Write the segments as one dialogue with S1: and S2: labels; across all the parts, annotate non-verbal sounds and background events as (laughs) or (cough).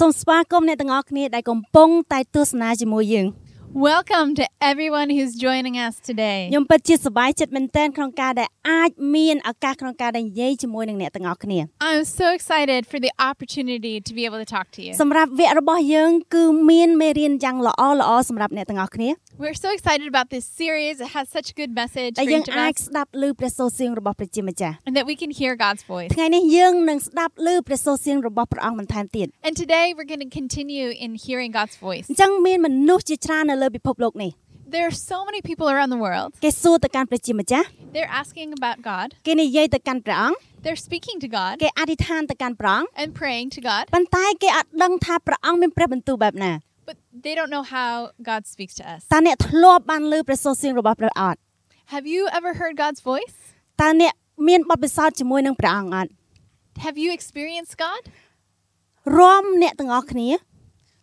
S1: សូមស្វាគមន៍អ្នកទាំងអស់គ្នាដែលកំពុងតែទស្សនាជាមួយយើង
S2: Welcome to everyone who's joining us today.
S1: ខ្ញុំពិតជាសប្បាយចិត្តមែនទែនក្នុងការដែលអាចមានឱកាសក្នុងការដែលនិយាយជាមួយនឹងអ្នកទាំងអស់គ្នា
S2: I'm so excited for the opportunity to be able to talk to you.
S1: សម្រាប់វគ្គរបស់យើងគឺមានមេរៀនយ៉ាងល្អល្អសម្រាប់អ្នកទាំងអស់គ្នា
S2: We're so excited about this series. It has such a good message for
S1: ដែលយើង
S2: each of
S1: អាច
S2: us,
S1: ស្ដាប់ឮព្រះសូរសៀងរបស់ព្រះជាម្ចាស់
S2: and that we can hear God's voice.
S1: ថ្ងៃនេះយើងនឹងស្ដាប់ឮព្រះសូរសៀងរបស់ព្រះអង្គបន្ថែមទៀត
S2: And today we're going to continue in hearing God's voice.
S1: អញ្ចឹងមានមនុស្សជាច្រើននៅលើពិភពលោកនេះ
S2: There are so many people around the world.
S1: គេសួរទៅកាន់ព្រះជាម្ចាស់
S2: They're asking about God.
S1: គេនិយាយទៅកាន់ព្រះអង្គ
S2: They're speaking to God
S1: គេអធិដ្ឋានទៅកាន់ព្រះអង្គ
S2: and praying to God,
S1: ប៉ុន្តែគេអត់ដឹងថាព្រះអង្គមានព្រះបន្ទូលបែបណា
S2: but they don't know how God speaks to us.
S1: តើអ្នកធ្លាប់បានឮព្រះសូរសៀងរបស់ព្រះអត់
S2: Have you ever heard God's voice?
S1: តើអ្នកមានបទពិសោធន៍ជាមួយនឹងព្រះអង្គអត់
S2: Have you experienced God?
S1: រួមអ្នកទាំងអស់គ្នា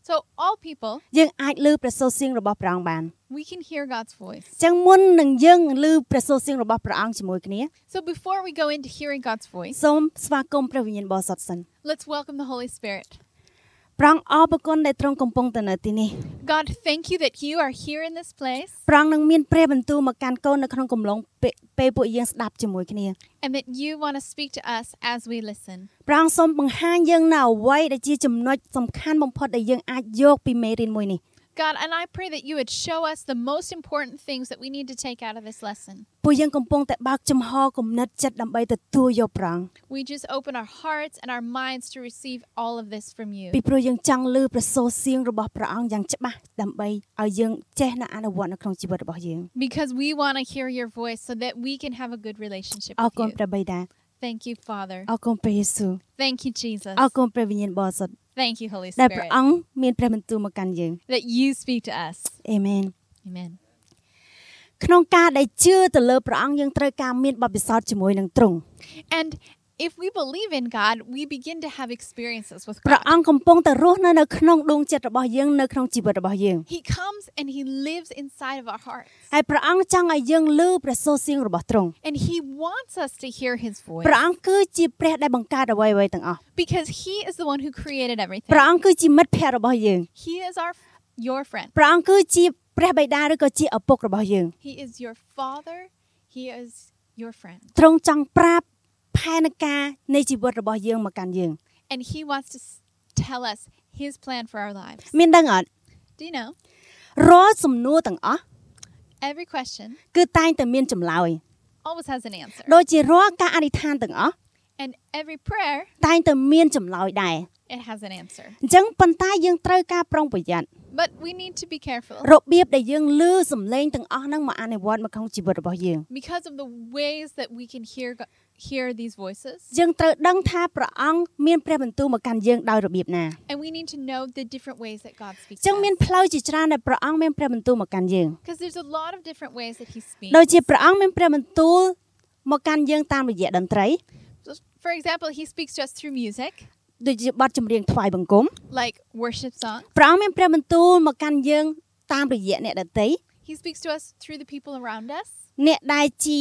S2: So, all people,
S1: យើងអាចឮព្រះសូរសៀងរបស់ព្រះអង្គបាន
S2: we can hear God's voice.
S1: អញ្ចឹងមុននឹងយើងឮព្រះសូរសៀងរបស់ព្រះអង្គជាមួយគ្នា
S2: So before we go into hearing God's voice,
S1: សូមស្វាគមន៍ព្រះវិញ្ញាណបរិសុទ្ធសិន
S2: let's welcome the Holy Spirit.
S1: ព្រះអង្គអរព្រគុណដែលទ្រង់កំពុងទៅនៅទីនេះ
S2: God, thank you that you are here in this place
S1: ព្រះអង្គនឹងមានព្រះបន្ទូលមកកាន់កូននៅក្នុងកំឡុងពេលពេលពួកយើងស្ដាប់ជាមួយគ្នា
S2: and that you want to speak to us as we listen.
S1: ព្រះអង្គសូមបង្ហាញយើងនៅអ្វីដែលជាចំណុចសំខាន់បំផុតដែលយើងអាចយកពីមេរៀនមួយនេះ
S2: God, and I pray that you would show us the most important things that we need to take out of this lesson.
S1: ពួកយើងកំពុងតែបើកចំហគំនិតចិត្តដើម្បីទទួលយកព្រះអង្គ
S2: We just open our hearts and our minds to receive all of this from you
S1: ពីព្រោះយើងចង់លើព្រះសូរសៀងរបស់ព្រះអង្គយ៉ាងច្បាស់ដើម្បីឲ្យយើងចេះនៅអនុវត្តនៅក្នុងជីវិតរបស់យើង
S2: because we want to hear your voice so that we can have a good relationship
S1: អរ
S2: with
S1: គុណ
S2: you.
S1: ព្រះបិតា
S2: Thank you, Father.
S1: អរគុណព្រះយេស៊ូវ
S2: Thank you, Jesus.
S1: អរគុណព្រះវិញ្ញាណបរិសុទ្ធ
S2: Thank you, Holy
S1: ដែលព្រះ
S2: Spirit,
S1: អង្គមានព្រះបន្ទូលមកកាន់យើង
S2: that you speak to us.
S1: អេមែន
S2: Amen.
S1: ក្នុងការដែលជឿទៅលើព្រះអង្គយើងត្រូវការមានបទពិសោធន៍ជាមួយនឹងទ្រង់
S2: And if we believe in God, we begin to have experiences with
S1: ព្រះ
S2: God.
S1: អង្គកំពុងតែរស់នៅនៅក្នុងដួងចិត្តរបស់យើងនៅក្នុងជីវិតរបស់យើង
S2: He comes and He lives inside of our hearts.
S1: ហើយព្រះអង្គចង់ឲ្យយើងលើព្រះសូរសៀងរបស់ទ្រង់
S2: And He wants us to hear His voice
S1: ព្រះអង្គគឺជាព្រះដែលបង្កើតអ្វីៗទាំងអស់
S2: because He is the one who created
S1: ព្រះ
S2: everything.
S1: អង្គគឺជាមិត្តភក្តិរបស់យើង
S2: He is our your friend.
S1: ព្រះអង្គគឺជាព្រះបិតាឬក៏ជាឪពុករបស់យើង
S2: He is your father. He is your friend.
S1: ទ្រង់ចង់ប្រាប់ផែនការនៃជីវិតរបស់យើងមកកាន់យើង
S2: And He wants to s- tell us His plan for our lives.
S1: មានដឹងអត់
S2: Do you know?
S1: រាល់សំណួរទាំងអស់
S2: Every question
S1: គឺតែងតែមានចម្លើយ
S2: always has an answer.
S1: ដូចជារាល់ការអធិដ្ឋានទាំងអស់
S2: And every prayer,
S1: តែងតែមានចម្លើយដែរ
S2: it has an answer.
S1: អញ្ចឹងប៉ុន្តែយើងត្រូវការប្រុងប្រយ័ត្ន
S2: But we need to be careful.
S1: របៀបដែលយើងលើសំឡេងទាំងអស់ហ្នឹងមកអនុវត្តមកក្នុងជីវិតរបស់យើង
S2: because of the ways that we can hear go- hear these voices
S1: យើងត្រូវដឹងថាព្រះអង្គមានព្រះបន្ទូលមកកាន់យើងដោយរបៀបណា
S2: and we need to know the different ways that God speaks
S1: អញ្ចឹងមានផ្លូវជាច្រើនដែលព្រះអង្គមានព្រះបន្ទូលមកកាន់យើង
S2: because there's a lot of different ways that he speaks
S1: ដូចជាព្រះអង្គមានព្រះបន្ទូលមកកាន់យើងតាមរយៈតន្ត្រី
S2: So, for example he speaks to us through music
S1: ដូចជាបទចម្រៀងថ្វាយបង្គំ
S2: like worship songs
S1: ព្រះអង្គមានព្រះបន្ទូលមកកាន់យើងតាមរយៈអ្នកដតី
S2: he speaks to us through the people around us
S1: អ្នកដែលជា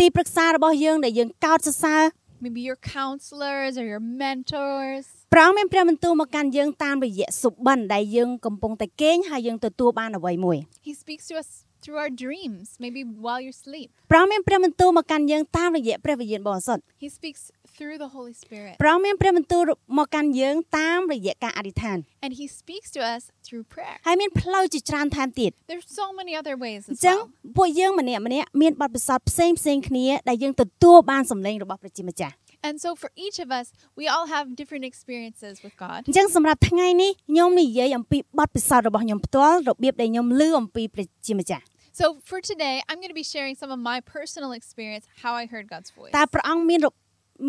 S1: ទីប្រឹក្សារបស់យើងដែលយើងកោតសរសើរ
S2: maybe your counselors or your mentors
S1: ព្រះអង្គមានព្រះបន្ទូលមកកាន់យើងតាមរយៈសុបិនដែលយើងកំពុងតែគេងហើយយើងទទួលបានអ្វីមួយ
S2: he speaks to us through our dreams maybe while you're asleep
S1: ព្រះអង្គមានព្រះបន្ទូលមកកាន់យើងតាមរយៈព្រះវិញ្ញាណបរិសុទ្ធ
S2: he speaks through the holy spirit
S1: ព្រះអង្គមានព្រះបន្ទូលមកកាន់យើងតាមរយៈការអធិដ្ឋាន
S2: and he speaks to us through prayer
S1: ហើយមានផ្លូវជាច្រើនថែមទៀត
S2: there's so many other ways
S1: អ
S2: as
S1: ញ្ចឹង
S2: well
S1: ពួកយើងម្នាក់ម្នាក់មានបទពិសោធន៍ផ្សេងផ្សេងគ្នាដែលយើងទទួលបានសម្លេងរបស់ព្រះជាម្ចាស់
S2: And so for each of us, we all have different experiences with God.
S1: អញ្ចឹងសម្រាប់ថ្ងៃនេះខ្ញុំនិយាយអំពីបទពិសោធន៍របស់ខ្ញុំផ្ទាល់របៀបដែលខ្ញុំលឺអំពីព្រះជាម្ចាស់
S2: So for today, I'm going to be sharing some of my personal experience, how I heard God's voice,
S1: តើព្រះអង្គមានរប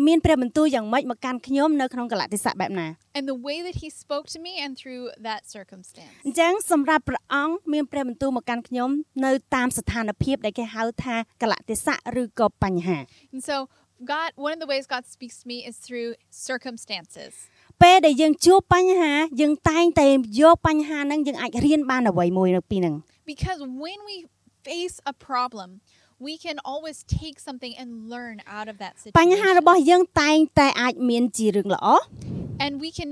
S1: មានព្រះបន្ទូលយ៉ាងម៉េចមកកាន់ខ្ញុំនៅក្នុងកលតិស័កបែបណា
S2: and the way that He spoke to me and through that circumstance.
S1: អញ្ចឹងសម្រាប់ព្រះអង្គមានព្រះបន្ទូលមកកាន់ខ្ញុំនៅតាមស្ថានភាពដែលគេហៅថាកលតិស័កឬក៏បញ្ហា
S2: And so God, one of the ways God speaks to me is through circumstances.
S1: ពេលដែលយើងជួបបញ្ហាយើងតែងតែយកបញ្ហាហ្នឹងយើងអាចរៀនបានអ្វីមួយនៅពីហ្នឹង
S2: Because when we face a problem, we can always take something and learn out of that
S1: បញ្ហា
S2: situation.
S1: របស់យើងតែងតែអាចមានជារឿងល្អ
S2: And we can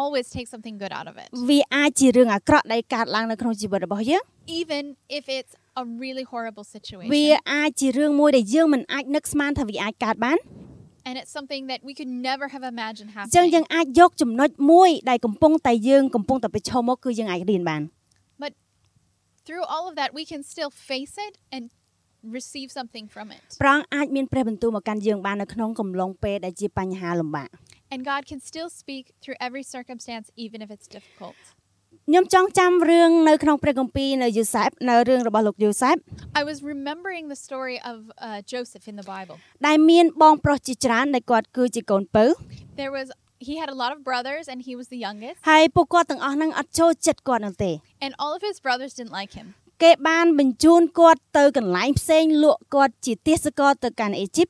S2: always take something good out of it,
S1: វាអាចជារឿងអាក្រក់ដែលកើតឡើងនៅក្នុងជីវិតរបស់យើង
S2: even if it's a really horrible situation.
S1: វាអាចជារឿងមួយដែលយើងមិនអាចនឹកស្មានថាវាអាចកើតបាន
S2: and it's something that we could never have imagined
S1: អញ្ចឹងយើង
S2: happening.
S1: អាចយកចំណុចមួយដែលកំពុងតែយើងកំពុងតែប្រឈមមកគឺយើងអាចរៀនបាន
S2: Through all of that, we can still face it and receive something from it.
S1: ព្រះអង្គអាចមានព្រះបន្ទូលមកកាន់យើងបាននៅក្នុងកំឡុងពេលដែលជាបញ្ហាលំបាក
S2: And God can still speak through every circumstance, even if it's difficult.
S1: ខ្ញុំចង់ចាំរឿងនៅក្នុងព្រះគម្ពីរនៅយូសែបនៅរឿងរបស់លោកយូសែប
S2: I was remembering the story of uh, Joseph in the Bible.
S1: ដែលមានបងប្រុសជាច្រើនដែលគាត់គឺជាកូនពៅ
S2: There was he had a lot of brothers, and he was the youngest.
S1: ហើយពួកគាត់ទាំងអស់ហ្នឹងអត់ចូលចិត្តគាត់នោះទេ
S2: And all of his brothers didn't like him.
S1: គេបានបញ្ជូនគាត់ទៅកន្លែងផ្សេងលក់គាត់ជាទាសករទៅកាន់អេជីប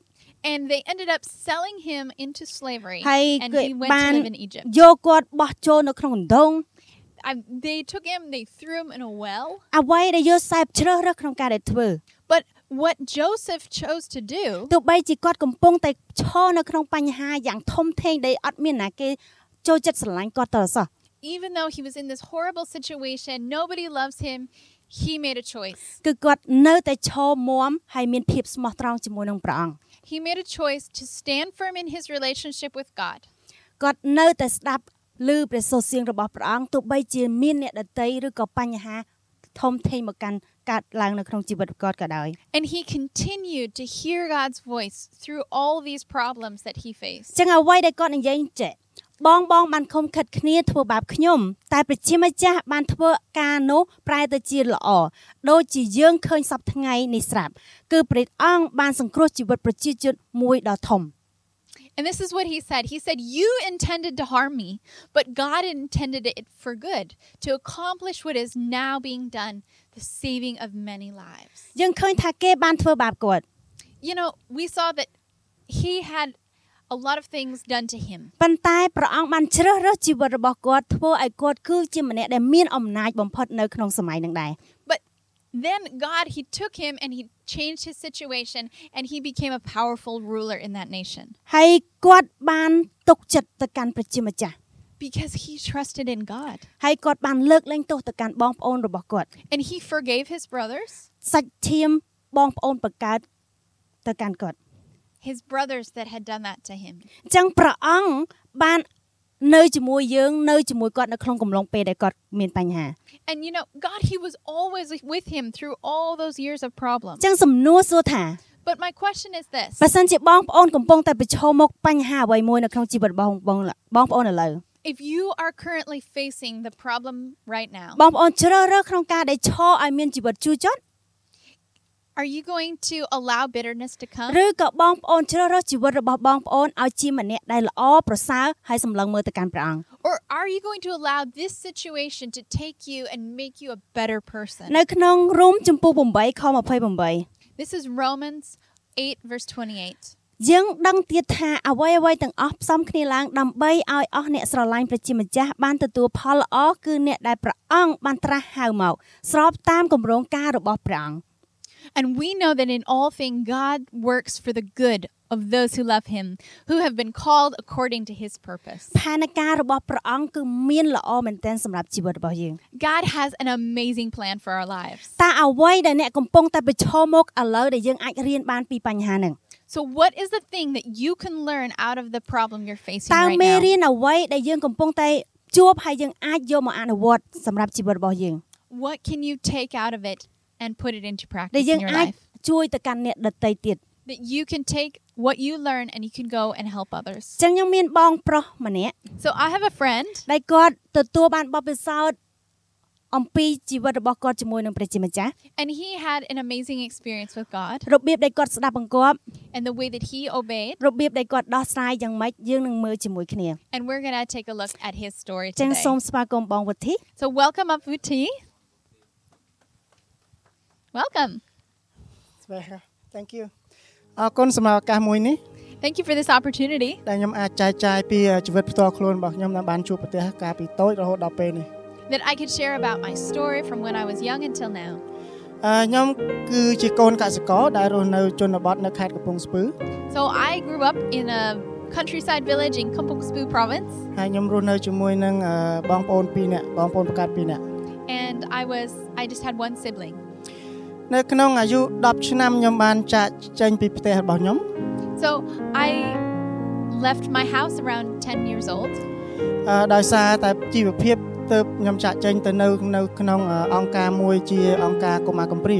S2: And they ended up selling him into slavery.
S1: Hey,
S2: and
S1: good
S2: he went to
S1: man.
S2: live in Egypt.
S1: យកគាត់បោះចូលនៅក្នុងអណ្ដូង
S2: I, they took him, they threw him in a well.
S1: អ្វីដែលយូសែបជ្រើសរើសក្នុងការដែលធ្វើ
S2: But what Joseph chose to do
S1: ទោះបីជាគាត់កំពុងតែឈរនៅក្នុងបញ្ហាយ៉ាងធំធេងដែលអត់មានណាគេចូលចិត្តស្រឡាញ់គាត់តរសោះ
S2: even though he was in this horrible situation, nobody loves him, he made a choice.
S1: គឺគាត់នៅតែឈរមាំហើយមានភាពស្មោះត្រង់ជាមួយនឹងព្រះអង្គ
S2: He made a choice to stand firm in his relationship with God.
S1: គាត់នៅតែស្ដាប់ឮព្រះសូរសៀងរបស់ព្រះអង្គទោះបីជាមានអ្នកដតីឬក៏បញ្ហាធំធេងមកកាន់កើតឡើងនៅក្នុងជីវិតគាត់ក៏ដោយ
S2: And he continued to hear God's voice through all these problems that he
S1: អ
S2: faced.
S1: ញ្ចឹងអ្វីដែលគាត់និយាយចេះបងបងបានខំខិតគ្នាធ្វើបាបខ្ញុំតែប្រជាម្ចាស់បានធ្វើការនោះប្រែទៅជាល្អដូចជាយើងឃើញសពវថ្ងៃនេះស្រាប់គឺព្រះអង្គបានសង្គ្រោះជីវិតប្រជាជនមួយដ៏ធំ
S2: And this is what he said He said, You intended to harm me, but God intended it for good, to accomplish what is now being done, the saving of many lives.
S1: យើងឃើញថាគេបានធ្វើបាបគាត់
S2: You know, we saw that he had a lot of things done to him.
S1: ប៉ុន្តែព្រះអង្គបានជ្រើសរើសជីវិតរបស់គាត់ធ្វើឲ្យគាត់គឺជាម្នាក់ដែលមានអំណាចបំផុតនៅក្នុងសម័យនឹងដែរ
S2: But then God, he took him and he changed his situation and he became a powerful ruler in that nation
S1: ហើយគាត់បានទុកចិត្តទៅកាន់ប្រជាម្ចាស់
S2: because he trusted in God
S1: ហើយគាត់បានលើកលែងទោសទៅកាន់បងប្អូនរបស់គាត់
S2: and he forgave his brothers,
S1: សាច់ឈាមបងប្អូនបង្កើតទៅកាន់គាត់
S2: his brothers that had done that to him.
S1: អញ្ចឹងព្រះអង្គបាននៅជាមួយយើងនៅជាមួយគាត់នៅក្នុងកំឡុងពេលដែលគាត់មានបញ្ហា
S2: And you know, God, he was always with him through all those years of
S1: អ
S2: problems.
S1: ញ្ចឹងសំណួរសួរថា
S2: But my question is this
S1: បើសិនជាបងប្អូនកំពុងតែប្រឈមមុខបញ្ហាអ្វីមួយនៅក្នុងជីវិតរបស់បងបងប្អូនឥឡូវ
S2: if you are currently facing the problem right now,
S1: បងប្អូនជ្រើសរើសក្នុងការដែលឈរឲ្យមានជីវិតជូរចត់
S2: are you going to allow bitterness to come?
S1: ឬក៏បងប្អូនជ្រើសរើសជីវិតរបស់បងប្អូនឲ្យជាម្នាក់ដែលល្អប្រសើរហើយសម្លឹងមើលទៅកាន់ព្រះអង្គ
S2: Or are you going to allow this situation to take you and make you a better person?
S1: នៅក្នុងរ៉ូមចំពោះ8ខ28
S2: This is Romans 8, verse 28.
S1: យើងដឹងទៀតថាអ្វីអ្វីទាំងអស់ផ្សំគ្នាឡើងដើម្បីឲ្យអស់អ្នកស្រឡាញ់ប្រជាម្ចាស់បានទទួលផលល្អគឺអ្នកដែលព្រះអង្គបានត្រាស់ហៅមក ស្របតាមគម្រោងការរបស់ព្រះអង្គ
S2: And we know that in all things God works for the good of those who love him, who have been called according to his purpose.
S1: ផែនការរបស់ព្រះអង្គគឺមានល្អមែនទែនសម្រាប់ជីវិតរបស់យើង
S2: God has an amazing plan for our lives.
S1: តើអ្វីដែលអ្នកកំពុងតែប្រឈមមុខឥឡូវដែលយើងអាចរៀនបានពីបញ្ហាហ្នឹង
S2: So, what is the thing that you can learn out of the problem you're facing
S1: តើ
S2: right
S1: មេ
S2: now?
S1: រៀនអ្វីដែលយើងកំពុងតែជួបហើយយើងអាចយកមកអនុវត្តសម្រាប់ជីវិតរបស់យើង
S2: What can you take out of it and put it into
S1: ដែល
S2: practice
S1: យើ
S2: in
S1: ង
S2: your
S1: អាច
S2: life?
S1: ជួយទៅកាន់អ្នកដទៃទៀត
S2: That you can take what you learn and you can go and help others.
S1: អញ្ចឹងខ្ញុំមានបងប្រុសម្នាក់
S2: So, I have a friend
S1: ដែលគាត់ទទួលបានបទពិសោធន៍អំពីជីវិតរបស់គាត់ជាមួយនឹងព្រះជាម្ចាស់
S2: and he had an amazing experience with God
S1: របៀបដែលគាត់ស្ដាប់បង្គាប់
S2: and the way that he obeyed.
S1: របៀបដែលគាត់ដោះស្រាយយ៉ាងម៉េចយើងនឹងមើលជាមួយគ្នាអ
S2: And we're going to take a look at his story
S1: ញ្ចឹង
S2: today.
S1: សូមស្វាគមន៍បងវុធី
S2: So welcome up Vuti. Welcome.
S3: ស្វាគមន៍ Thank you អរគុណសម្រាប់ឱកាសមួយនេះ
S2: Thank you for this opportunity
S3: ដែលខ្ញុំអាចចែកចាយពីជីវិតផ្ទាល់ខ្លួនរបស់ខ្ញុំដែលបានជួបប្រទេសកាលពីតូចរហូតដល់ពេលនេះ
S2: that I could share about my story from when I was young until now.
S3: អឺខ្ញុំគឺជាកូនកសិករដែលរស់នៅជនបទនៅខេត្តកំពង់ស្ពឺ
S2: So I grew up in a countryside village in Kampong Spoo province,
S3: ហើយខ្ញុំរស់នៅជាមួយនឹងអឺបងប្អូនពីរនាក់បងប្អូនប្រកាសពីរនាក់
S2: and I was I just had one sibling.
S3: នៅក្នុងអាយុ10ឆ្នាំខ្ញុំបានចាកចេញពីផ្ទះរបស់ខ្ញុំ
S2: So I left my house around 10 years old,
S3: អឺដោយសារតែជីវភាពទៅខ្ញុំចាក់ចេញទៅនៅនៅក្នុងអឺអង្គការមួយជាអង្គការកុមារកំព្រា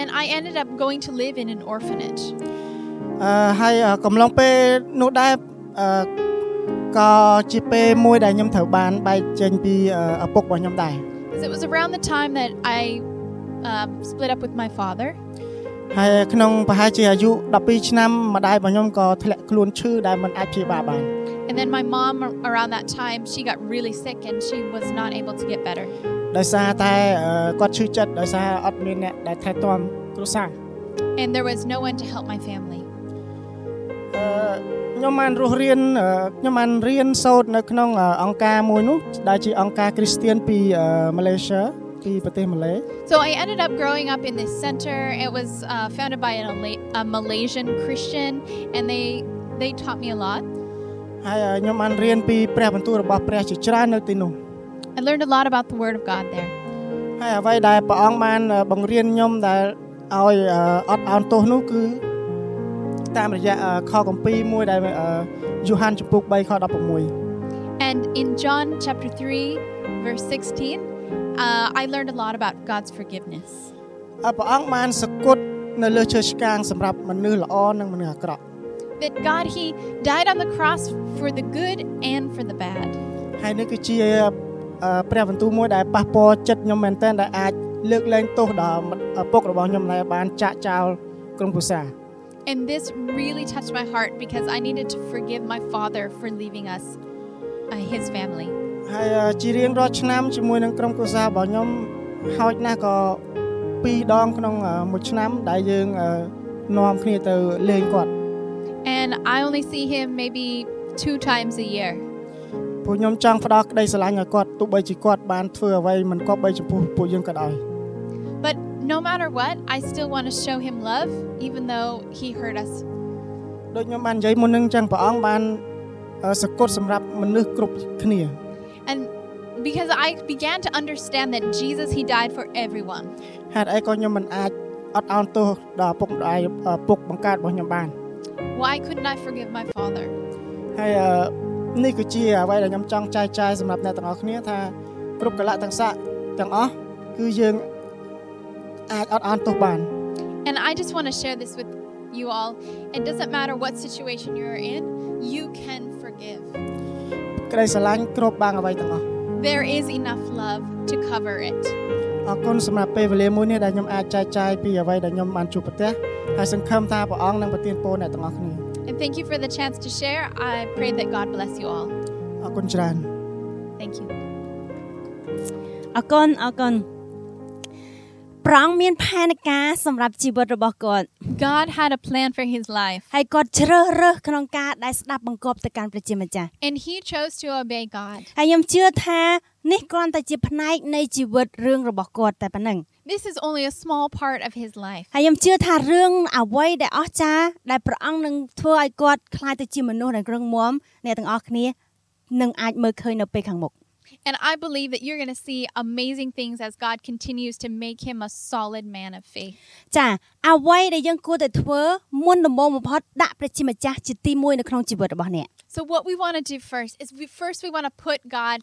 S2: and I ended up going to live in an orphanage.
S3: អឺហើយអឺកំឡុងពេលនោះដែរអឺក៏ជាពេលមួយដែលខ្ញុំត្រូវបានបែកចេញពីអឺឪពុករបស់ខ្ញុំដែរ
S2: 'Cause it was around the time that I um, split up with my father,
S3: ហើយក្នុងប្រហែលជាអាយុ12ឆ្នាំម្ដាយរបស់ខ្ញុំក៏ធ្លាក់ខ្លួនឈឺដែលមិនអាចព្យាបាលបាន
S2: and then my mom ar- around that time she got really sick and she was not able to get better.
S3: ដោយសារតែអឺគាត់ឈឺចិត្តដោយសារអត់មានអ្នកដែលថែទាំគ្រួសារ
S2: And there was no one to help my family.
S3: អឺខ្ញុំបានរស់រៀនអឺខ្ញុំបានរៀនសូត្រនៅក្នុងអឺអង្គការមួយនោះដែលជាអង្គការគ្រីស្ទានពីអឺម៉ាឡេស៊ីពីប្រទេសម៉ាឡេ
S2: So I ended up growing up in this center. It was uh, founded by an, Ala- a Malaysian Christian, and they they taught me a lot.
S3: ហើយអឺខ្ញុំបានរៀនពីព្រះបន្ទូលរបស់ព្រះជាច្រើននៅទីនោះ
S2: I learned a lot about the Word of God there.
S3: ហើយអ្វីដែលព្រះអង្គបានអឺបង្រៀនខ្ញុំដែលឲ្យអឺអត់អោនទោសនោះគឺ តាមរយៈអឺខកំពីរមួយដែលអឺយូហានចំពុក3ខ16
S2: And in John chapter three, verse sixteen, uh, I learned a lot about God's forgiveness.
S3: អឺព្រះអង្គបានសគត់នៅលើឈើឆ្កាងសម្រាប់មនុស្សល្អនិងមនុស្សអាក្រក់
S2: That God, He died on the cross for the good and for the bad.
S3: ហើយនេះគឺជាអឺព្រះបន្ទូលមួយដែលប៉ះពាល់ចិត្តខ្ញុំមែនទែនដែលអាចលើកលែងទោសដល់មិត្តឪពុករបស់ខ្ញុំដែលបានចាក់ចោលក្រុមគ្រួសារ
S2: And this really touched my heart because I needed to forgive my father for leaving us, uh, his family.
S3: ហើយអឺជារៀងរាល់ឆ្នាំជាមួយនឹងក្រុមគ្រួសាររបស់ខ្ញុំហោចណាស់ក៏2ដងក្នុងអឺមួយឆ្នាំដែលយើងអឺនាំគ្នាទៅលេងគាត់
S2: And I only see him maybe two times a year.
S3: ពួកខ្ញុំចង់ផ្ដល់ក្តីស្រឡាញ់ឲ្យគាត់ទោះបីជាគាត់បានធ្វើអ្វីមិនគប្បីចំពោះពួកយើងក៏ដោយ
S2: But no matter what, I still want to show him love, even though he hurt us.
S3: ដូចខ្ញុំបាននិយាយមុននឹងអញ្ចឹងព្រះអង្គបានអឺសក្កត់សម្រាប់មនុស្សគ្រប់គ្នា
S2: And because I began to understand that Jesus, he died for everyone.
S3: ហេតុអីក៏ខ្ញុំមិនអាចអត់អោនទោសដល់ឪពុកម្ដាយឪពុកបង្កើតរបស់ខ្ញុំបាន
S2: Why couldn't I forgive my father?
S3: ហើយអឺនេះគឺជាអ្វីដែលខ្ញុំចង់ចែកចាយសម្រាប់អ្នកទាំងអស់គ្នាថាគ្រប់កលៈទាំងស័កទាំងអស់គឺយើងអាចអត់អោនទោសបាន
S2: And I just want to share this with you all. It doesn't matter what situation you're in, you can forgive.
S3: ក្តីស្រឡាញ់គ្រប់បាំងអ្វីទាំងអស់
S2: There is enough love to cover it.
S3: អរគុណសម្រាប់ពេលវេលាមួយនេះដែលខ្ញុំអាចចែកចាយពីអ្វីដែលខ្ញុំបានជួបប្រទះហើយសង្ឃឹមថាព្រះអង្គនឹងប្រទានពរអ្នកទាំងអស់គ្នា
S2: And thank you for the chance to share. I pray that God bless you all.
S3: អរគុណច្រើន
S2: Thank you.
S1: អរគុណអរគុណប្រងមានផែនការសម្រាប់ជីវិតរបស់គាត់
S2: God had a plan for his life,
S1: ហើយគាត់ជ្រើសរើសក្នុងការដែលស្ដាប់បង្គាប់ទៅកាន់ព្រះជាម្ចាស់
S2: and he chose to obey God.
S1: ហើយខ្ញុំជឿថានេះគ្រាន់តែជាផ្នែកនៃជីវិតរឿងរបស់គាត់តែប៉ុណ្ណឹង
S2: This is only a small part of his life.
S1: ហើយខ្ញុំជឿថារឿងអ្វីដែលអស្ចារ្យដែលព្រះអង្គនឹងធ្វើឲ្យគាត់ក្លាយទៅជាមនុស្សដែលរឹងមាំអ្នកទាំងអស់គ្នានឹងអាចមើលឃើញនៅពេលខាងមុខ
S2: And I believe that you're going to see amazing things as God continues to make him a solid man of faith.
S1: ចាអ្វីដែលយើងគួរតែធ្វើមុនដំបូងបំផុតដាក់ព្រះជាម្ចាស់ជាទីមួយនៅក្នុងជីវិតរបស់អ្នក
S2: So, what we want to do first is we first we want to put God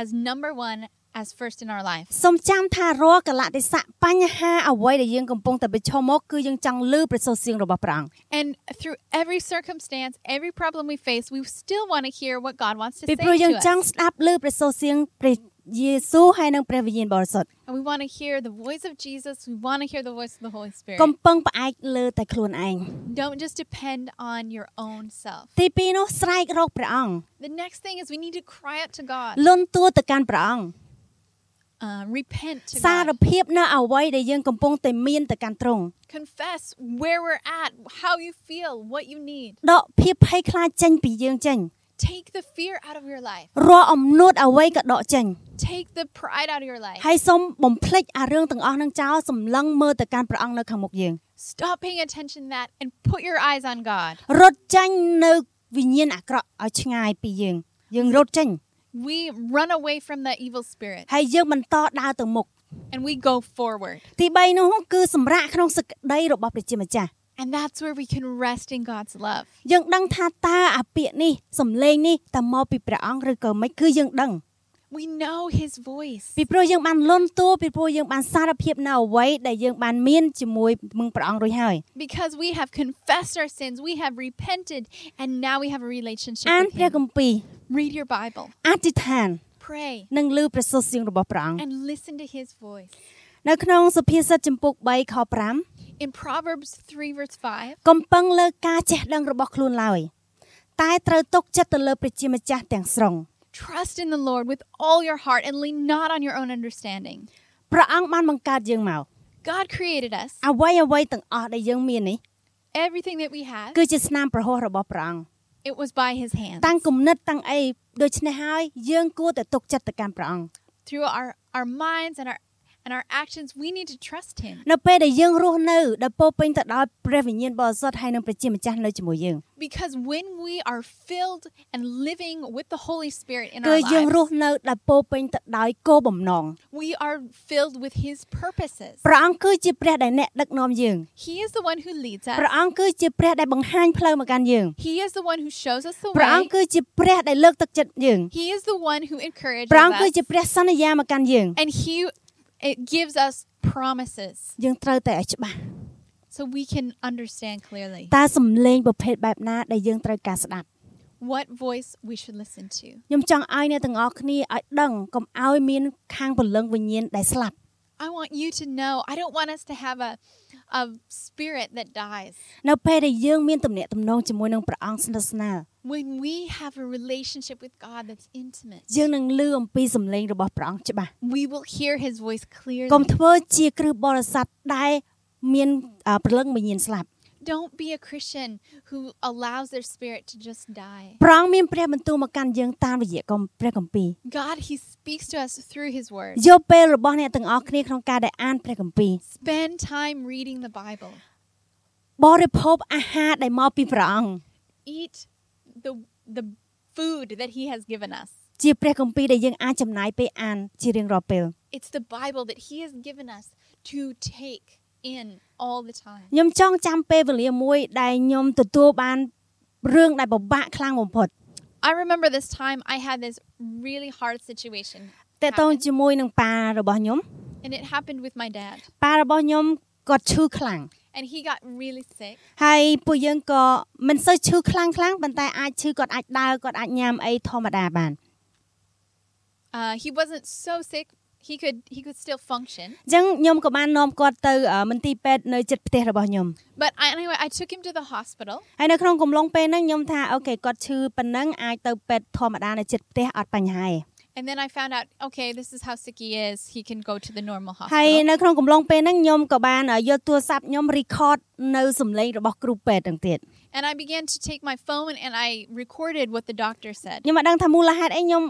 S2: as number one, as first in our life.
S1: សូមចាំថារាល់កលៈទេសៈបញ្ហាអ្វីដែលយើងកំពុងតែប្រឈមមុខគឺយើងចង់លើប្រសូរសៀងរបស់ព្រះអង្គ
S2: And through every circumstance, every problem we face, we still want to hear what God wants to
S1: ពី
S2: say
S1: ព្រោះយើង
S2: to
S1: ច
S2: us.
S1: ង់ស្ដាប់លើប្រសូរសៀងព្រះយេស៊ូវហើយនិងព្រះវិញ្ញាណបរិសុទ្ធ
S2: And we want to hear the voice of Jesus. We want to hear the voice of the Holy Spirit.
S1: កំពឹងផ្អែកលើតែខ្លួនឯង
S2: Don't just depend on your own self.
S1: ទីពីរនោះស្រែករកព្រះអង្គ
S2: The next thing is we need to cry out to God,
S1: លន់តួទៅកាន់ព្រះអង្គ
S2: uh, repent to
S1: សារ
S2: God,
S1: ភាពនៅអ្វីដែលយើងកំពុងតែមានទៅកាន់ទ្រង់
S2: confess where we're at, how you feel, what you need.
S1: ដកភាពភ័យខ្លាចចេញពីយើងចេញ
S2: Take the fear out of your life,
S1: រាល់អំនួតអ្វីក៏ដកចេញ
S2: take the pride out of your life.
S1: ហើយសូមបំភ្លេចអារឿងទាំងអស់នឹងចោលសម្លឹងមើលទៅកាន់ព្រះអង្គនៅខាងមុខយើង
S2: Stop paying attention to that and put your eyes on God.
S1: រត់ចាញ់នៅ វិញ្ញាណអាក្រក់ឲ្យឆ្ងាយពីយើង យើងរត់ចេញ
S2: We run away from that evil spirit
S1: ហើយយើងបន្តដើរទៅមុខ
S2: and we go forward.
S1: ទី3នោះគឺសម្រាប់ក្នុងសេចក្តីរបស់ព្រះជាម្ចាស់
S2: And that's where we can rest in God's love.
S1: យើងដឹងថាតើអាពាក្យនេះសំឡេងនេះតើមកពីព្រះអង្គឬក៏មិនគឺយើងដឹង
S2: We know his voice.
S1: ពីព្រោះយើងបានលន់តួពីព្រោះយើងបានសារភាពនៅអ្វីដែលយើងបានមានជាមួយនឹងព្រះអង្គរួចហើយ
S2: Because we have confessed our sins, we have repented, and now we have a relationship
S1: អាន
S2: with
S1: ព្រះ
S2: him.
S1: គម្ពីរ
S2: Read your Bible,
S1: អធិដ្ឋាន
S2: pray,
S1: និងលើព្រះសូរសៀងរបស់ព្រះអង្គ
S2: and listen to his voice.
S1: នៅក្នុងសុភាសិតចំពុក3ខ
S2: In Proverbs 3, verse 5,
S1: 5កំពឹងលើការចេះដឹងរបស់ខ្លួនឡើយតែត្រូវទុកចិត្តទៅលើព្រះជាម្ចាស់ទាំងស្រុង
S2: trust in the Lord with all your heart and lean not on your own understanding.
S1: ព្រះអង្គបានបង្កើតយើងមក
S2: God created us,
S1: អ្វីអ្វីទាំងអស់ដែលយើងមាននេះ
S2: everything that we have,
S1: គឺជាស្នាមប្រហោះរបស់ព្រះអង្គ
S2: it was by his hands.
S1: តាំងគំនិតតាំងអីដូច្នេះហើយយើងគួរតែទុកចិត្តទៅកាន់ព្រះអង្គ
S2: Through our, our minds and our and our actions, we need to trust him
S1: នៅពេលដែលយើងរស់នៅដែលពោរពេញទៅដោយព្រះវិញ្ញាណបរិសុទ្ធហើយនិងព្រះជាម្ចាស់នៅជាមួយយើង
S2: because when we are filled and living with the Holy Spirit in
S1: គឺ
S2: our
S1: យើងរ
S2: lives,
S1: ស់នៅដែលពោរពេញទៅដោយគោលបំណង
S2: we are filled with his purposes.
S1: ព្រះអង្គគឺជាព្រះដែលអ្នកដឹកនាំយើង
S2: He is the one who leads
S1: ព្រះ
S2: us.
S1: អង្គគឺជាព្រះដែលបង្ហាញផ្លូវមកកាន់យើង
S2: He is the one who shows us the
S1: ព្រះអង្គ
S2: way.
S1: គឺជាព្រះដែលលើកទឹកចិត្តយើង
S2: He is the one who encourages
S1: ព្រះអង្គគឺ
S2: us.
S1: ជាព្រះសន្យាមកកាន់យើង
S2: And he it gives us promises
S1: យើងត្រូវតែឲ្យច្បាស់
S2: so we can understand clearly
S1: តើសំឡេងប្រភេទបែបណាដែលយើងត្រូវការស្ដាប់
S2: what voice we should listen to.
S1: ខ្ញុំចង់ឲ្យអ្នកទាំងអស់គ្នាឲ្យដឹងកុំឲ្យមានខាងព្រលឹងវិញ្ញាណដែលស្លាប់
S2: I want you to know, I don't want us to have a a spirit that dies.
S1: នៅពេលដែលយើងមានទំនាក់ទំនងជាមួយនឹងព្រះអង្គស្និទ្ធស្នាល
S2: When we have a relationship with God that's intimate,
S1: យើងនឹងលឺអំពីសំឡេងរបស់ព្រះអង្គច្បាស់
S2: we will hear his voice clearly.
S1: កុំធ្វើជាគ្រឹះបរិស័ទដែលមានអឺព្រលឹងវិញ្ញាណស្លាប់
S2: Don't be a Christian who allows their spirit to just die.
S1: ព្រះអង្គមានព្រះបន្ទូលមកកាន់យើងតាមរយៈកំព្រះគម្ពីរ
S2: God, he speaks to us through his word.
S1: យកពេលរបស់អ្នកទាំងអស់គ្នាក្នុងការដែលអានព្រះគម្ពីរ
S2: Spend time reading the Bible.
S1: បរិភោគអាហារដែលមកពីព្រះអង្គ
S2: Eat the the food that he has given us.
S1: ជាព្រះគម្ពីរដែលយើងអាចចំណាយពេលអានជារៀងរាល់ពេល
S2: It's the Bible that he has given us to take in all the time.
S1: ខ្ញុំចង់ចាំពេលវេលាមួយដែលខ្ញុំទទួលបានរឿងដែលពិបាកខ្លាំងបំផុត
S2: I remember this time I had this really hard situation
S1: តើតោងជាមួយនឹងប៉ារបស់ខ្ញុំ
S2: and it happened with my dad
S1: ប៉ារបស់ខ្ញុំគាត់ឈឺខ្លាំង
S2: and he got really sick
S1: ហើយពួកយើងក៏មិនសូវឈឺខ្លាំងខ្លាំងប៉ុន្តែអាចឈឺគាត់អាចដើរគាត់អាចញ៉ាំអីធម្មតាបាន
S2: Uh, he wasn't so sick. He could he could still function.
S1: អញ្ចឹងខ្ញុំក៏បាននាំគាត់ទៅអឺមន្ទីរពេទ្យនៅជិតផ្ទះរបស់ខ្ញុំ
S2: But I, anyway, I took him to the hospital
S1: ហើយនៅក្នុងកំឡុងពេលហ្នឹងខ្ញុំថាអូខេគាត់ឈឺប៉ុណ្ណឹងអាចទៅពេទ្យធម្មតានៅជិតផ្ទះអត់បញ្ហាទេ
S2: and then I found out, okay, this is how sick he is. He can go to the normal
S1: ហើយ
S2: hospital.
S1: នៅក្នុងកំឡុងពេលហ្នឹងខ្ញុំក៏បានអឺយកទូរស័ព្ទខ្ញុំ record នៅសំឡេងរបស់គ្រូពេទ្យទាំងទៀត
S2: And I began to take my phone and I recorded what the doctor said.
S1: ខ្ញុំមិនដឹងថាមូលហេតុអីខ្ញុំ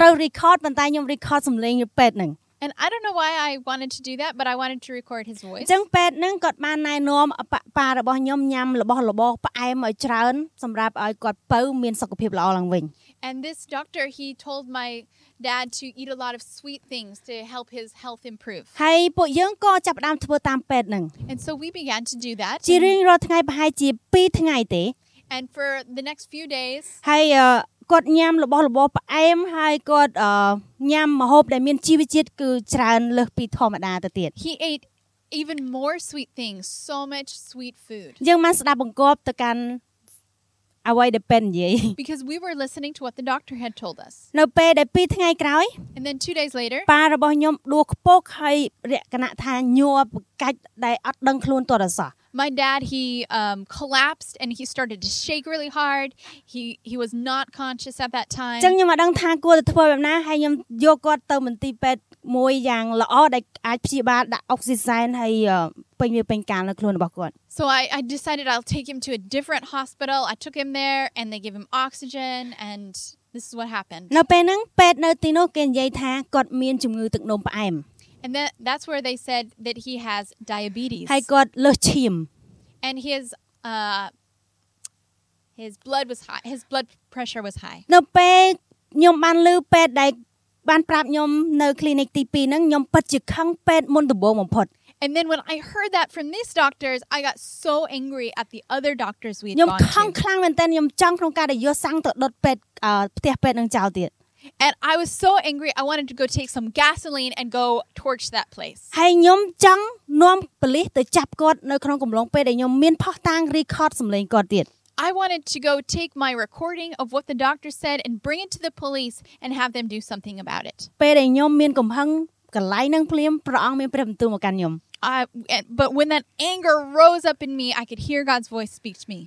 S1: ត្រូវ record ប៉ុន្តែខ្ញុំ record សំឡេងពេទ្យហ្នឹង
S2: And I don't know why I wanted to do that, but I wanted to record his
S1: អ
S2: voice.
S1: ញ្ចឹងពេទ្យហ្នឹងគាត់បានណែនាំអបប៉ារបស់ខ្ញុំញ៉ាំរបស់របរផ្អែមឲ្យច្រើនសម្រាប់ឲ្យគាត់ពៅមានសុខភាពល្អឡើងវិញ
S2: And this doctor, he told my dad to eat a lot of sweet things to help his health improve.
S1: ហើយពួកយើងក៏ចាប់ផ្ដើមធ្វើតាមពេទ្យហ្នឹង
S2: And so we began to do that.
S1: ជារៀងរាល់ថ្ងៃប្រហែលជា2ថ្ងៃទេ
S2: And for the next few days,
S1: ហើយអឺគាត់ញ៉ាំរបស់របរផ្អែមហើយគាត់អឺញ៉ាំម្ហូបដែលមានជីវជាតិគឺច្រើនលើសពីធម្មតាទៅទៀត
S2: he ate even more sweet things, so much sweet food.
S1: យើងបានស្ដាប់បង្គាប់ទៅកាន់អ្វីដែលពេទ្យនិយាយ (laughs)
S2: Because we were listening to what the doctor had told us.
S1: នៅពេលដែល2ថ្ងៃក្រោយ
S2: And then two days later,
S1: ប៉ារបស់ខ្ញុំដួលខ្ពកហើយលក្ខណៈថាញ័របង្កាច់ដែលអត់ដឹងខ្លួនទាល់តែសោះ
S2: my dad, he um, collapsed and he started to shake really hard. He, he was not conscious at that
S1: អ
S2: time.
S1: ញ្ចឹងខ្ញុំអត់ដឹងថាគួរទៅធ្វើបែបណាហើយខ្ញុំយកគាត់ទៅមន្ទីរពេទ្យមួយយ៉ាងល្អដែលអាចព្យាបាលដាក់អុកស៊ីសែនហើយអឺពេញវាពេញកាលនៅខ្លួនរបស់គាត់
S2: So I, I decided I'll take him to a different hospital. I took him there and they gave him oxygen and this is what happened.
S1: នៅពេលហ្នឹងពេទ្យនៅទីនោះគេនិយាយថាគាត់មានជំងឺទឹកនោមផ្អែម
S2: And that, that's where they said that he has diabetes
S1: ហើយគាត់លើសឈាម
S2: and his uh, His blood was high. His blood pressure was high.
S1: នៅពេលខ្ញុំបានលើពេទ្យដែលបានប្រាប់ខ្ញុំនៅ clinic ទី2ហ្នឹងខ្ញុំពិតជាខឹងពេទ្យមុនដំបូងបំផុត
S2: And then when I heard that from these doctors, I got so angry at the other doctors we had
S1: ខ្ញុំ
S2: gone
S1: ខឹង
S2: to.
S1: ខ្លាំងមែនតើខ្ញុំចង់ក្នុងការដែលយកសាំងទៅដុតពេទ្យអឺផ្ទះពេទ្យហ្នឹងចោលទៀត
S2: And I was so angry, I wanted to go take some gasoline and go torch that place.
S1: ហើយខ្ញុំចង់នាំប៉ូលីសទៅចាប់គាត់នៅក្នុងកំឡុងពេលដែលខ្ញុំមានផុសតាង record សម្លេងគាត់ទៀត
S2: I wanted to go take my recording of what the doctor said and bring it to the police and have them do something about it.
S1: ពេលដែលខ្ញុំមានកំហឹងកន្លែងហ្នឹងភ្លាមព្រះអង្គមានព្រះបន្ទូលមកកាន់ខ្ញុំ
S2: I, and- but when that anger rose up in me, I could hear God's voice speak to me.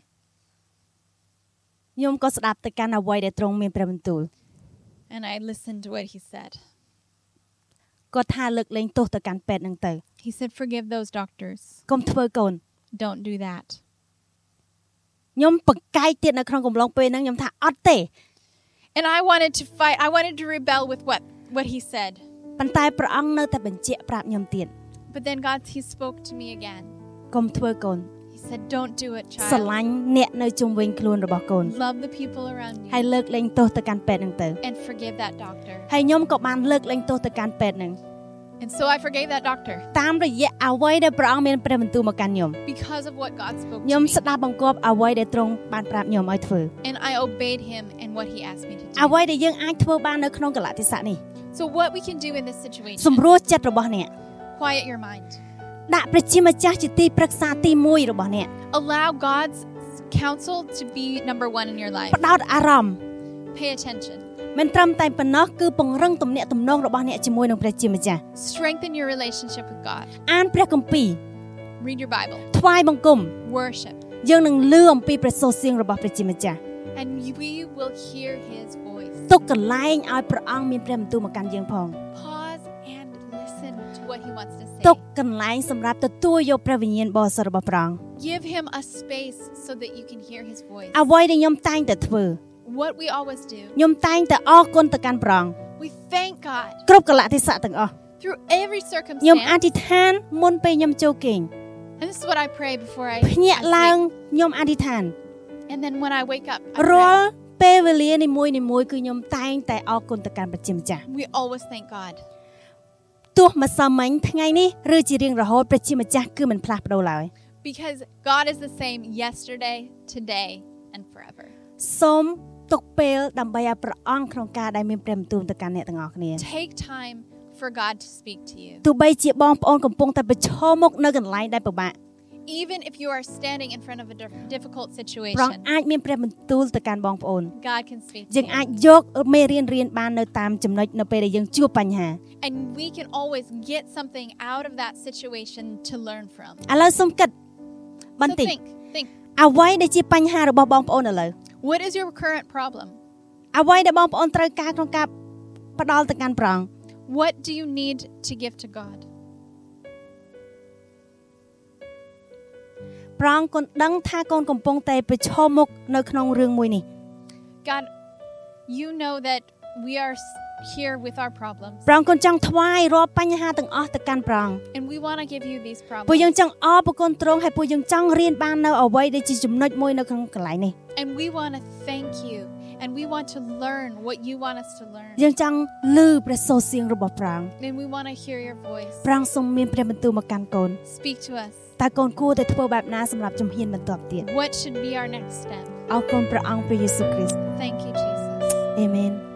S1: ខ្ញុំក៏ស្ដាប់ទៅកាន់អ្វីដែលទ្រង់មានព្រះបន្ទូល
S2: And I listened to what he said.
S1: គាត់ថាលើកលែងទោសទៅកាន់ពេទ្យហ្នឹងទៅ
S2: He said, Forgive those doctors.
S1: កុំធ្វើកូន
S2: Don't do that.
S1: ខ្ញុំបង្កាយទៀតនៅក្នុងកំឡុងពេលហ្នឹងខ្ញុំថាអត់ទេ
S2: And I wanted to fight. I wanted to rebel with what, what he said.
S1: ប៉ុន្តែព្រះអង្គនៅតែបញ្ជាក់ប្រាប់ខ្ញុំទៀត
S2: But then God, he spoke to me again.
S1: កុំធ្វើកូន
S2: He said, Don't do it,
S1: ស្រ
S2: child.
S1: ឡាញ់អ្នកនៅជុំវិញខ្លួនរបស់កូន
S2: Love the people around
S1: ហើយ
S2: you
S1: លើកលែងទោសទៅកាន់ពេទ្យហ្នឹងទៅ
S2: and forgive that doctor.
S1: ហើយខ្ញុំក៏បានលើកលែងទោសទៅកាន់ពេទ្យហ្នឹង
S2: And so I forgave that doctor
S1: តាមរយៈអ្វីដែលព្រះអង្គមានព្រះបន្ទូលមកកាន់ខ្ញុំ
S2: because of what God spoke
S1: ខ្ញុំ
S2: to me.
S1: ស្ដាប់បង្គាប់អ្វីដែលទ្រង់បានប្រាប់ខ្ញុំឲ្យធ្វើ
S2: And I obeyed him and what he asked me to do.
S1: អ្វីដែលយើងអាចធ្វើបាននៅក្នុងកលៈទេសៈនេះ
S2: So, what we can do in this
S1: ស
S2: situation
S1: ម្រួចចិត្តរបស់អ្នក
S2: quiet your mind,
S1: ដាក់ព្រះជាម្ចាស់ជាទីប្រឹក្សាទី1របស់អ្នក
S2: allow God's counsel to be number one in your life,
S1: ផ្ដោតអារម្មណ៍
S2: pay attention,
S1: មិនត្រឹមតែប៉ុណ្ណោះគឺពង្រឹងទំនាក់ទំនងរបស់អ្នកជាមួយនឹងព្រះជាម្ចាស់
S2: strengthen your relationship with God,
S1: អានព្រះគម្ពីរ
S2: read your Bible,
S1: ថ្វាយបង្គំ
S2: worship,
S1: យើងនឹងលឺអំពីព្រះសូរសៀងរបស់ព្រះជាម្ចាស់
S2: and we will hear his voice.
S1: ទុកកន្លែងឲ្យព្រះអង្គមានព្រះបន្ទូលមកកាន់យើងផង
S2: Pause and listen to what he wants to
S1: ទុក
S2: say.
S1: កន្លែងសម្រាប់ទទួលយកព្រះវិញ្ញាណបរិសុទ្ធរបស់ព្រះអង្គ
S2: Give him a space so that you can hear his voice.
S1: អ្វីដែលខ្ញុំតែងតែធ្វើ
S2: What we always do,
S1: ខ្ញុំតែងតែអរគុណទៅកាន់ព្រះអង្គ
S2: we thank God
S1: គ្រប់កលៈទេសៈទាំងអស់
S2: through every
S1: ខ្ញុំ
S2: circumstance.
S1: អធិដ្ឋានមុនពេលខ្ញុំចូលគេង
S2: And this is what I pray before I,
S1: ភ្ញាក់ឡើង
S2: I
S1: ខ្ញុំអធិដ្ឋាន
S2: sleep. And then when I wake up, I
S1: រា
S2: pray.
S1: ល់ពេលវេលានីមួយៗគឺខ្ញុំតែងតែអរគុណទៅកាន់ព្រះជាម្ចាស់
S2: we always thank God.
S1: ទោះម្សិលមិញថ្ងៃនេះឬជារៀងរហូតព្រះជាម្ចាស់គឺមិនផ្លាស់ប្ដូរឡើយ
S2: Because God is the same yesterday, today, and forever.
S1: សូមទុកពេលដើម្បីឲ្យព្រះអង្គក្នុងការដែលមានព្រះបន្ទូលទៅកាន់អ្នកទាំងអស់គ្នា
S2: Take time for God to speak to you.
S1: ទោះបីជាបងប្អូនកំពុងតែប្រឈមមុខនៅកន្លែងដែលពិបាក
S2: Even if you are standing in front of a dif- difficult
S1: ព្រះអង្គ
S2: situation,
S1: អាចមានព្រះបន្ទូលទៅកាន់បងប្អូន
S2: God can speak
S1: យើ
S2: to
S1: ងអាច
S2: you.
S1: យកមេរៀនរៀនបាននៅតាមចំណុចនៅពេលដែលយើងជួបបញ្ហា
S2: And we can always get something out of that situation to learn from.
S1: ឥឡូវសូមគិត
S2: So
S1: បន្តិច
S2: think, think.
S1: អ្វីដែលជាបញ្ហារបស់បងប្អូនឥឡូវ
S2: What is your current problem?
S1: អ្វីដែលបងប្អូនត្រូវការក្នុងការផ្ដល់ទៅកាន់ព្រះអង្គ
S2: What do you need to give to God?
S1: ព្រះអង្គគន់ដឹងថាកូនកំពុងតែប្រឈមមុខនៅក្នុងរឿងមួយនេះ
S2: God, you know that we are s- here with our problems,
S1: ព្រះអង្គគន់ចង់ថ្វាយរាល់បញ្ហាទាំងអស់ទៅកាន់ព្រះអង្គ
S2: and we want to give you these
S1: ពួកយើង
S2: problems.
S1: ចង់អរប្រគុណទ្រង់ហើយពួកយើងចង់រៀនបាននៅអ្វីដែលជាចំណុចមួយនៅក្នុងកន្លែងនេះ
S2: And we want to thank you. And we want to learn what you want us to learn.
S1: យើងចង់លឺព្រះសូរសៀងរបស់ព្រះអង្គ
S2: And we want to hear your voice.
S1: ព្រះអង្គសូមមានព្រះបន្ទូលមកកាន់កូន
S2: Speak to us.
S1: តើកូនគួរតែធ្វើបែបណាសម្រាប់ជំហានបន្ទាប់ទៀត
S2: What should be our next step?
S1: អរគុណព្រះអង្គព្រះយេស៊ូវគ្រីស្ទ
S2: Thank you, Jesus.
S1: អេមែន